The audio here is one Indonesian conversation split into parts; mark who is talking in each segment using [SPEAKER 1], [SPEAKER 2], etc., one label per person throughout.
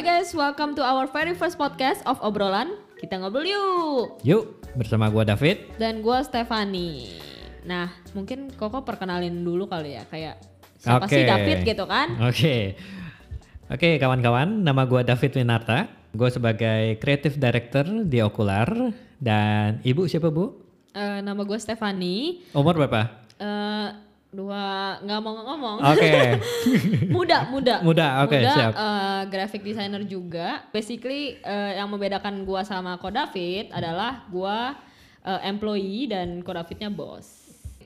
[SPEAKER 1] guys, welcome to our very first podcast of obrolan Kita Ngobrol Yuk
[SPEAKER 2] Yuk, bersama gua David.
[SPEAKER 1] Dan gue Stefani Nah mungkin Koko perkenalin dulu kali ya kayak
[SPEAKER 2] Oke.
[SPEAKER 1] siapa sih David gitu kan
[SPEAKER 2] Oke. Oke, kawan-kawan, nama gua David Winarta. Gua sebagai creative director di Okular dan Ibu siapa, Bu?
[SPEAKER 1] Eh, Nama gue Stefani
[SPEAKER 2] Umur berapa?
[SPEAKER 1] eh Dua nggak mau ngomong
[SPEAKER 2] Oke.
[SPEAKER 1] Muda, muda
[SPEAKER 2] Muda, oke,
[SPEAKER 1] Muda,
[SPEAKER 2] siap.
[SPEAKER 1] eh, graphic designer juga Basically eh, yang membedakan gue sama Ko David adalah gue eh, employee dan Ko Davidnya bos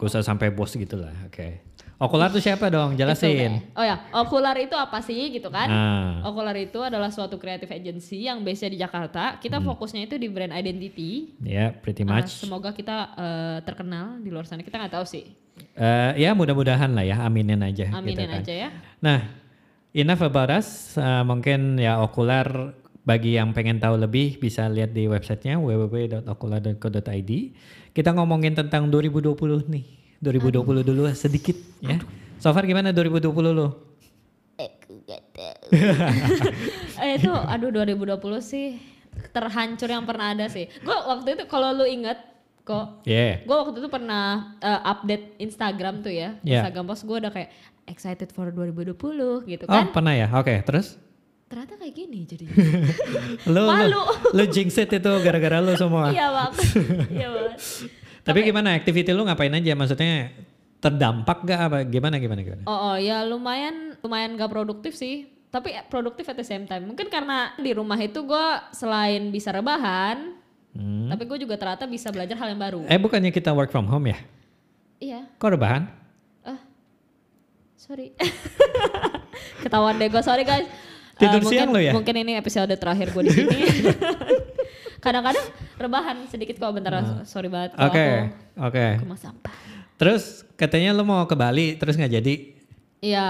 [SPEAKER 2] Gak usah sampai bos gitu lah. Oke. Okular tuh siapa dong? Jelasin.
[SPEAKER 1] Oh ya, Okular itu apa sih gitu kan?
[SPEAKER 2] Nah,
[SPEAKER 1] Okular itu adalah suatu creative agency yang base di Jakarta. Kita
[SPEAKER 2] Hmm.
[SPEAKER 1] fokusnya itu di brand identity.
[SPEAKER 2] ya pretty
[SPEAKER 1] Ah,
[SPEAKER 2] much.
[SPEAKER 1] semoga kita eh, terkenal di luar sana. Kita nggak tahu sih.
[SPEAKER 2] Eh, ya mudah-mudahan lah ya, aminin aja gitu
[SPEAKER 1] Aminin
[SPEAKER 2] kan.
[SPEAKER 1] aja ya.
[SPEAKER 2] Nah, enough about us. Uh, mungkin ya Okular bagi yang pengen tahu lebih bisa lihat di websitenya www.okular.co.id. Kita ngomongin tentang 2020 nih. 2020 dulu lah sedikit ya. So far gimana 2020 lo?
[SPEAKER 1] Eh, itu aduh 2020 sih terhancur yang pernah ada sih. Gue waktu itu kalau lu inget kok
[SPEAKER 2] Yeah.
[SPEAKER 1] gue waktu itu pernah eh, update Instagram tuh ya
[SPEAKER 2] Iya.
[SPEAKER 1] Instagram post gue udah kayak excited for 2020 gitu
[SPEAKER 2] Oh,
[SPEAKER 1] kan
[SPEAKER 2] pernah ya. Oke, terus
[SPEAKER 1] ternyata kayak gini jadi
[SPEAKER 2] lu
[SPEAKER 1] Malu.
[SPEAKER 2] lu, lu jinxit itu gara-gara lu semua.
[SPEAKER 1] iya banget iya banget
[SPEAKER 2] Tapi gimana activity lu ngapain aja? Maksudnya terdampak gak apa gimana gimana gimana?
[SPEAKER 1] Oh, oh, ya lumayan lumayan gak produktif sih. Tapi eh, produktif at the same time. Mungkin karena di rumah itu gue selain bisa rebahan,
[SPEAKER 2] Hmm.
[SPEAKER 1] tapi gue juga ternyata bisa belajar hal yang baru.
[SPEAKER 2] Eh bukannya kita work from home ya?
[SPEAKER 1] Iya,
[SPEAKER 2] Kok rebahan?
[SPEAKER 1] sorry. Ketahuan deh gue, sorry guys. Eh,
[SPEAKER 2] Tidur
[SPEAKER 1] mungkin,
[SPEAKER 2] siang lo ya?
[SPEAKER 1] Mungkin ini episode terakhir gue di sini. Kadang-kadang rebahan sedikit kok bentar, sorry banget.
[SPEAKER 2] Oke,
[SPEAKER 1] kalau
[SPEAKER 2] Ah. oke.
[SPEAKER 1] Aku, aku mau sampah.
[SPEAKER 2] Terus katanya lu mau ke Bali terus nggak jadi.
[SPEAKER 1] Iya,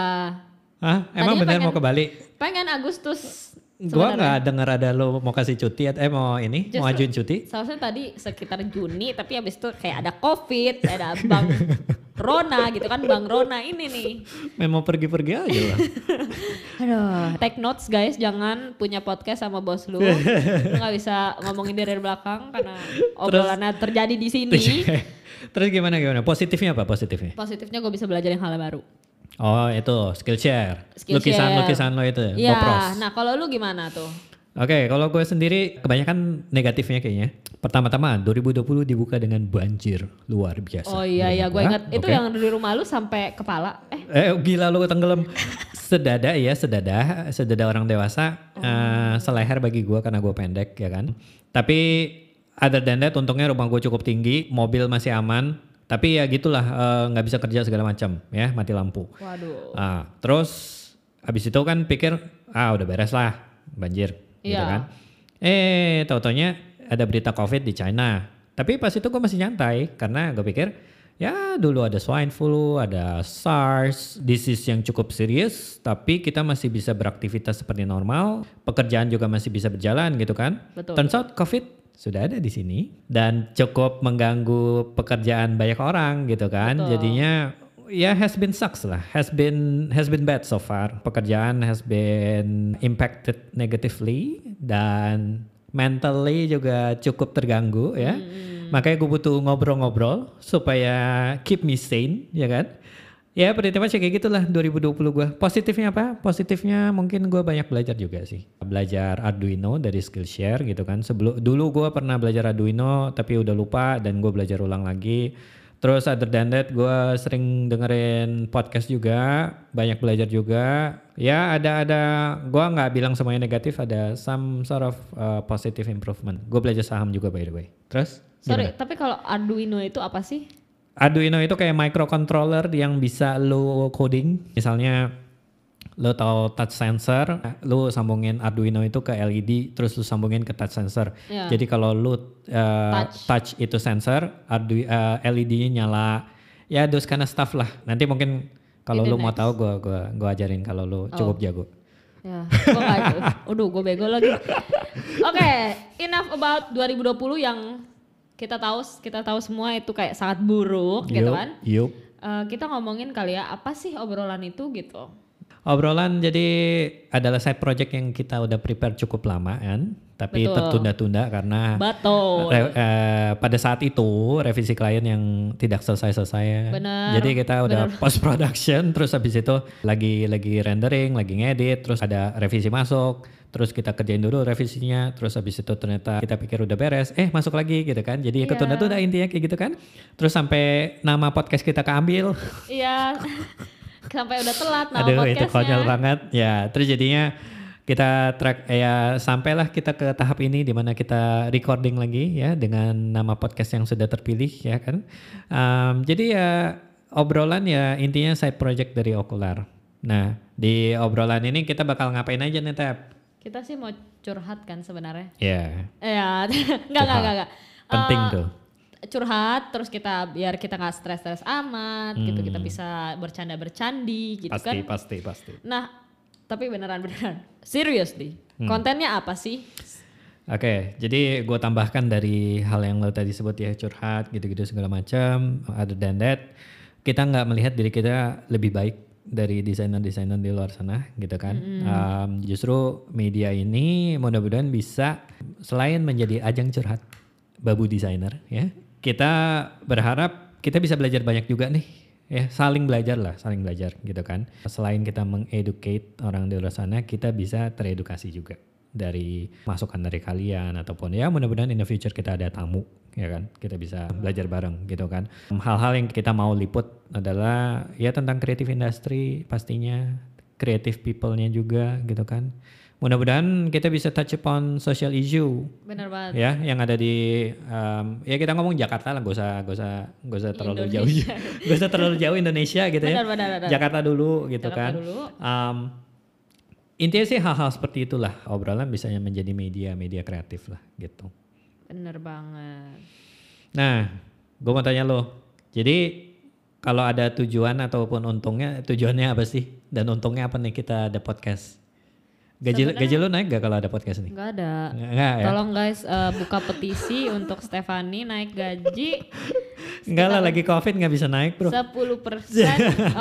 [SPEAKER 2] Hah? Emang
[SPEAKER 1] Tadinya
[SPEAKER 2] bener
[SPEAKER 1] pengen-
[SPEAKER 2] mau ke Bali?
[SPEAKER 1] pengen Agustus.
[SPEAKER 2] Gua
[SPEAKER 1] sebenarnya.
[SPEAKER 2] nggak denger ada lu mau kasih cuti atau eh mau ini mau
[SPEAKER 1] Justru-
[SPEAKER 2] ajuin cuti.
[SPEAKER 1] Seharusnya tadi sekitar Juni tapi habis itu kayak ada covid, ada Bang Rona gitu kan Bang Rona ini nih.
[SPEAKER 2] Memang eh, pergi-pergi aja lah.
[SPEAKER 1] Aduh, take notes guys, jangan punya podcast sama bos lu. lu gak bisa ngomongin dari belakang karena obrolannya terjadi di sini.
[SPEAKER 2] terus gimana gimana? Positifnya apa positifnya?
[SPEAKER 1] Positifnya gue bisa belajar yang hal baru.
[SPEAKER 2] Oh itu Skillshare.
[SPEAKER 1] Skillshare.
[SPEAKER 2] Lukisan-lukisan lo itu.
[SPEAKER 1] Iya,
[SPEAKER 2] Bopros.
[SPEAKER 1] nah kalau lu gimana tuh?
[SPEAKER 2] Oke, kalau gue sendiri kebanyakan negatifnya kayaknya. Pertama-tama 2020 dibuka dengan banjir luar biasa.
[SPEAKER 1] Oh iya iya, gue
[SPEAKER 2] Wah,
[SPEAKER 1] inget itu
[SPEAKER 2] oke.
[SPEAKER 1] yang dari rumah lu sampai kepala. Eh,
[SPEAKER 2] Eh gila lu tenggelam. Sedada ya, sedada, sedada orang dewasa. Eh, seleher bagi gua karena gua pendek ya kan. Tapi other than that untungnya rumah gue cukup tinggi, mobil masih aman. Tapi ya gitulah eh, nggak bisa kerja segala macam ya, mati lampu.
[SPEAKER 1] waduh.
[SPEAKER 2] Ah, terus habis itu kan pikir ah udah beres lah banjir gitu
[SPEAKER 1] Iya.
[SPEAKER 2] kan. Eh tau-taunya ada berita covid di China. Tapi pas itu gue masih nyantai karena gue pikir ya dulu ada swine flu, ada SARS, disease yang cukup serius tapi kita masih bisa beraktivitas seperti normal, pekerjaan juga masih bisa berjalan gitu kan.
[SPEAKER 1] Betul.
[SPEAKER 2] Turns out covid sudah ada di sini dan cukup mengganggu pekerjaan banyak orang gitu kan.
[SPEAKER 1] Betul.
[SPEAKER 2] Jadinya ya has been sucks lah, has been has been bad so far. Pekerjaan has been impacted negatively dan mentally juga cukup terganggu ya. Makanya gue butuh ngobrol-ngobrol supaya keep me sane ya kan. Ya pretty much kayak gitulah 2020 gue. Positifnya apa? Positifnya mungkin gue banyak belajar juga sih. Belajar Arduino dari Skillshare gitu kan. Sebelum dulu gue pernah belajar Arduino tapi udah lupa dan gue belajar ulang lagi. Terus other than that gue sering dengerin podcast juga, banyak belajar juga. Ya ada ada gue nggak bilang semuanya negatif, ada some sort of uh, positive improvement. Gue belajar saham juga by the way. Terus?
[SPEAKER 1] Sorry,
[SPEAKER 2] gimana?
[SPEAKER 1] tapi kalau Arduino itu apa sih?
[SPEAKER 2] Arduino itu kayak microcontroller yang bisa lo coding. Misalnya lo tahu touch sensor, lo sambungin Arduino itu ke LED, terus lo sambungin ke touch sensor.
[SPEAKER 1] Iya.
[SPEAKER 2] Jadi kalau lo uh,
[SPEAKER 1] Touch.
[SPEAKER 2] touch. itu sensor, Ardu uh, LED-nya nyala. Ya those kind of stuff lah. Nanti mungkin kalau
[SPEAKER 1] Ide
[SPEAKER 2] lo mau tahu gua gua gua ajarin kalau
[SPEAKER 1] Oh.
[SPEAKER 2] lo cukup jago.
[SPEAKER 1] Ya, gue gak, aduh gue bego lagi. Oke, enough about 2020 yang kita tahu kita tahu semua itu kayak sangat buruk gitu
[SPEAKER 2] Yup,
[SPEAKER 1] kan.
[SPEAKER 2] yup.
[SPEAKER 1] Eh, kita ngomongin kali ya apa sih obrolan itu gitu.
[SPEAKER 2] Obrolan jadi adalah side project yang kita udah prepare cukup lama kan, tapi
[SPEAKER 1] Betul.
[SPEAKER 2] tertunda-tunda karena
[SPEAKER 1] Betul.
[SPEAKER 2] Re- eh, pada saat itu revisi klien yang tidak selesai-selesai. ya.
[SPEAKER 1] Benar,
[SPEAKER 2] Jadi kita udah post production terus habis itu lagi lagi rendering, lagi ngedit, terus ada revisi masuk, terus kita kerjain dulu revisinya, terus habis itu ternyata kita pikir udah beres, eh masuk lagi gitu kan. Jadi
[SPEAKER 1] Iya.
[SPEAKER 2] ketunda-tunda intinya kayak gitu kan. Terus sampai nama podcast kita keambil.
[SPEAKER 1] Iya. Sampai udah telat nama
[SPEAKER 2] Aduh
[SPEAKER 1] podcastnya.
[SPEAKER 2] itu konyol banget. Ya, terus jadinya kita track eh, ya sampailah kita ke tahap ini di mana kita recording lagi ya dengan nama podcast yang sudah terpilih ya kan. Em, jadi ya obrolan ya intinya side project dari Okular. Nah, di obrolan ini kita bakal ngapain aja nih, Tep?
[SPEAKER 1] Kita sih mau curhat kan sebenarnya.
[SPEAKER 2] Ya,
[SPEAKER 1] Ya, enggak enggak enggak. enggak.
[SPEAKER 2] penting
[SPEAKER 1] Eh,
[SPEAKER 2] tuh.
[SPEAKER 1] curhat terus kita biar kita nggak stres-stres amat gitu kita bisa bercanda-bercandi gitu
[SPEAKER 2] Hmm. Pasti,
[SPEAKER 1] kan.
[SPEAKER 2] pasti, pasti.
[SPEAKER 1] Nah, tapi beneran beneran. Seriously,
[SPEAKER 2] Hmm.
[SPEAKER 1] kontennya apa sih?
[SPEAKER 2] Oke, jadi gue tambahkan dari hal yang lo tadi sebut ya curhat gitu-gitu segala macam. Other than that, kita nggak melihat diri kita lebih baik dari desainer-desainer di luar sana gitu kan. Um, justru media ini mudah-mudahan bisa selain menjadi ajang curhat babu desainer ya, kita berharap kita bisa belajar banyak juga nih ya saling belajar lah saling belajar gitu kan selain kita mengeducate orang di luar sana kita bisa teredukasi juga dari masukan dari kalian ataupun ya mudah-mudahan in the future kita ada tamu ya kan kita bisa belajar bareng gitu kan hal-hal yang kita mau liput adalah ya tentang kreatif industri pastinya creative people-nya juga gitu kan mudah-mudahan kita bisa touch upon social issue
[SPEAKER 1] Bener banget.
[SPEAKER 2] ya yang ada di em, ya kita ngomong Jakarta lah gak usah gak usah gak usah terlalu
[SPEAKER 1] Indonesia.
[SPEAKER 2] jauh gak usah terlalu jauh Indonesia gitu ya
[SPEAKER 1] Benar, benar, benar.
[SPEAKER 2] Jakarta dulu gitu
[SPEAKER 1] Jakarta
[SPEAKER 2] kan
[SPEAKER 1] dulu.
[SPEAKER 2] Em, intinya sih hal-hal seperti itulah obrolan bisanya menjadi media media kreatif lah gitu
[SPEAKER 1] Bener banget.
[SPEAKER 2] nah gue mau tanya lo jadi kalau ada tujuan ataupun untungnya tujuannya apa sih dan untungnya apa nih kita ada podcast gaji gaji lo naik gak kalau ada podcast nih
[SPEAKER 1] Enggak ada.
[SPEAKER 2] Enggak ya?
[SPEAKER 1] Tolong guys eh, buka petisi untuk Stefani naik gaji
[SPEAKER 2] Enggak lah lagi covid nggak bisa naik bro
[SPEAKER 1] 10%.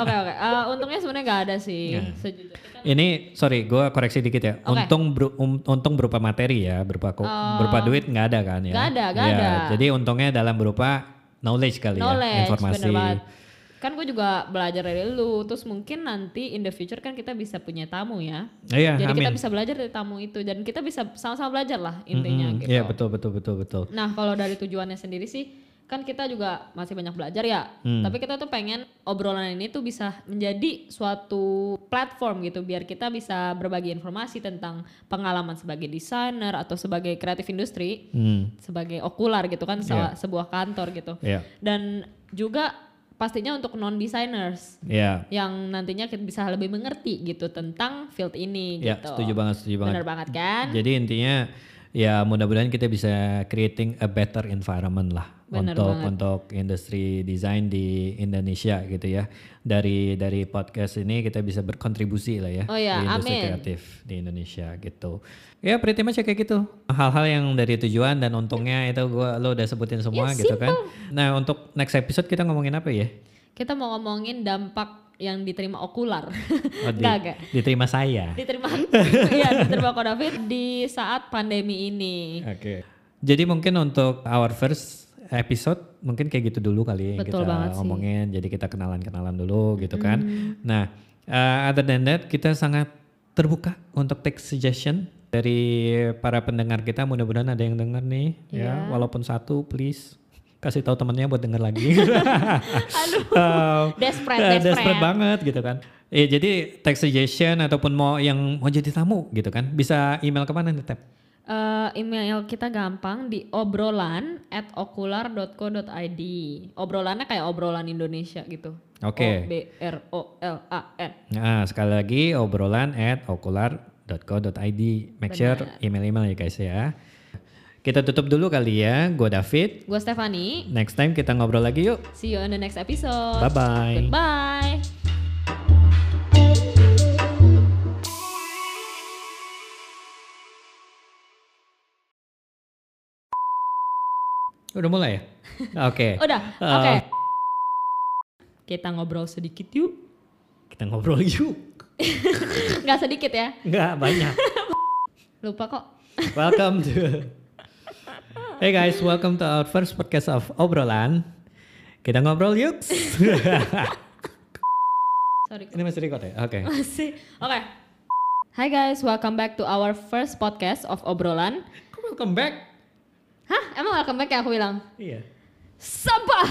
[SPEAKER 1] Oke oke. Eh, untungnya sebenarnya nggak ada sih.
[SPEAKER 2] Nggak.
[SPEAKER 1] Sejujurnya kan
[SPEAKER 2] Ini sorry, gue koreksi dikit ya.
[SPEAKER 1] Oke. Oh.
[SPEAKER 2] Untung beru- um- untung berupa materi ya, berupa ko- berupa duit nggak ada kan ya?
[SPEAKER 1] nggak ada, nggak
[SPEAKER 2] Iya,
[SPEAKER 1] ada.
[SPEAKER 2] Jadi untungnya dalam berupa knowledge kali ya,
[SPEAKER 1] knowledge
[SPEAKER 2] informasi.
[SPEAKER 1] bener banget. Kan gue juga belajar dari lu. Terus mungkin nanti in the future kan kita bisa punya tamu ya.
[SPEAKER 2] Iya,
[SPEAKER 1] Jadi
[SPEAKER 2] amin.
[SPEAKER 1] kita bisa belajar dari tamu itu dan kita bisa sama-sama belajar lah intinya
[SPEAKER 2] Mm-mm,
[SPEAKER 1] gitu.
[SPEAKER 2] Iya betul betul betul betul.
[SPEAKER 1] Nah, kalau dari tujuannya sendiri sih kan kita juga masih banyak belajar ya.
[SPEAKER 2] Hmm.
[SPEAKER 1] Tapi kita tuh pengen obrolan ini tuh bisa menjadi suatu platform gitu biar kita bisa berbagi informasi tentang pengalaman sebagai desainer atau sebagai kreatif industri,
[SPEAKER 2] Hmm,
[SPEAKER 1] sebagai okular gitu kan se- sebuah kantor gitu.
[SPEAKER 2] Iya,
[SPEAKER 1] Dan juga pastinya untuk non designers
[SPEAKER 2] iya,
[SPEAKER 1] yang nantinya kita bisa lebih mengerti gitu tentang field ini
[SPEAKER 2] iya.
[SPEAKER 1] gitu.
[SPEAKER 2] Setuju banget, Hmm. setuju banget.
[SPEAKER 1] Bener banget kan?
[SPEAKER 2] Jadi intinya ya mudah-mudahan kita bisa creating a better environment lah
[SPEAKER 1] Benar
[SPEAKER 2] untuk
[SPEAKER 1] banget.
[SPEAKER 2] untuk industri desain di Indonesia gitu ya. Dari dari podcast ini kita bisa berkontribusi lah ya
[SPEAKER 1] Oh ya,
[SPEAKER 2] di industri
[SPEAKER 1] amin.
[SPEAKER 2] kreatif di Indonesia gitu. Ya pretty much ya kayak gitu. Hal-hal yang dari tujuan dan untungnya itu gua lo udah sebutin semua
[SPEAKER 1] Ya,
[SPEAKER 2] gitu kan. Nah, untuk next episode kita ngomongin apa ya?
[SPEAKER 1] Kita mau ngomongin dampak yang diterima okular.
[SPEAKER 2] Oh, di-
[SPEAKER 1] Enggak, enggak.
[SPEAKER 2] Diterima saya.
[SPEAKER 1] Diterima, iya diterima COVID di saat pandemi ini.
[SPEAKER 2] Oke. Jadi mungkin untuk our first episode mungkin kayak gitu dulu kali ya yang
[SPEAKER 1] Betul
[SPEAKER 2] kita
[SPEAKER 1] banget sih. Hmm.
[SPEAKER 2] ngomongin. Jadi kita kenalan-kenalan dulu gitu kan. Nah, uh, other than that kita sangat terbuka untuk take suggestion dari para pendengar kita. Mudah-mudahan ada yang denger nih
[SPEAKER 1] Iya.
[SPEAKER 2] ya, walaupun satu please kasih tahu temennya buat denger lagi. Aduh.
[SPEAKER 1] Desperate,
[SPEAKER 2] Eh,
[SPEAKER 1] desperate.
[SPEAKER 2] desperate banget gitu kan. Ya jadi text suggestion ataupun mau yang mau jadi tamu gitu kan bisa email kemana nih Tep?
[SPEAKER 1] Eh, email kita gampang di obrolan at okular.co.id. Obrolannya kayak obrolan Indonesia gitu. O
[SPEAKER 2] Oke.
[SPEAKER 1] B R O L A N.
[SPEAKER 2] Nah, sekali lagi obrolan at okular.co.id. Make sure email-email ya guys ya. Kita tutup dulu kali ya. Gue David.
[SPEAKER 1] Gue Stefani.
[SPEAKER 2] Next time kita ngobrol lagi yuk.
[SPEAKER 1] See you on the next episode.
[SPEAKER 2] Bye-bye.
[SPEAKER 1] Goodbye.
[SPEAKER 2] Udah mulai ya? Oke.
[SPEAKER 1] Udah,
[SPEAKER 2] Eh,
[SPEAKER 1] oke. Kita ngobrol sedikit yuk.
[SPEAKER 2] Kita ngobrol yuk.
[SPEAKER 1] Nggak sedikit ya.
[SPEAKER 2] Nggak banyak.
[SPEAKER 1] Lupa kok.
[SPEAKER 2] Welcome to Hey guys, welcome to our first podcast of obrolan. Kita ngobrol yuk.
[SPEAKER 1] Sorry.
[SPEAKER 2] Ini masih record ya? Oke.
[SPEAKER 1] Masih. Oke. Hi guys, welcome back to our first podcast of obrolan.
[SPEAKER 2] Kok Welcome back.
[SPEAKER 1] Hah? Emang welcome back ya aku bilang?
[SPEAKER 2] Iya.
[SPEAKER 1] Sabah!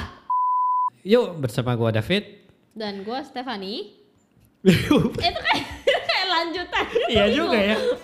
[SPEAKER 2] Yuk bersama gua David.
[SPEAKER 1] Dan gue Stefani. Itu kayak, kayak lanjutan.
[SPEAKER 2] Iya juga ya.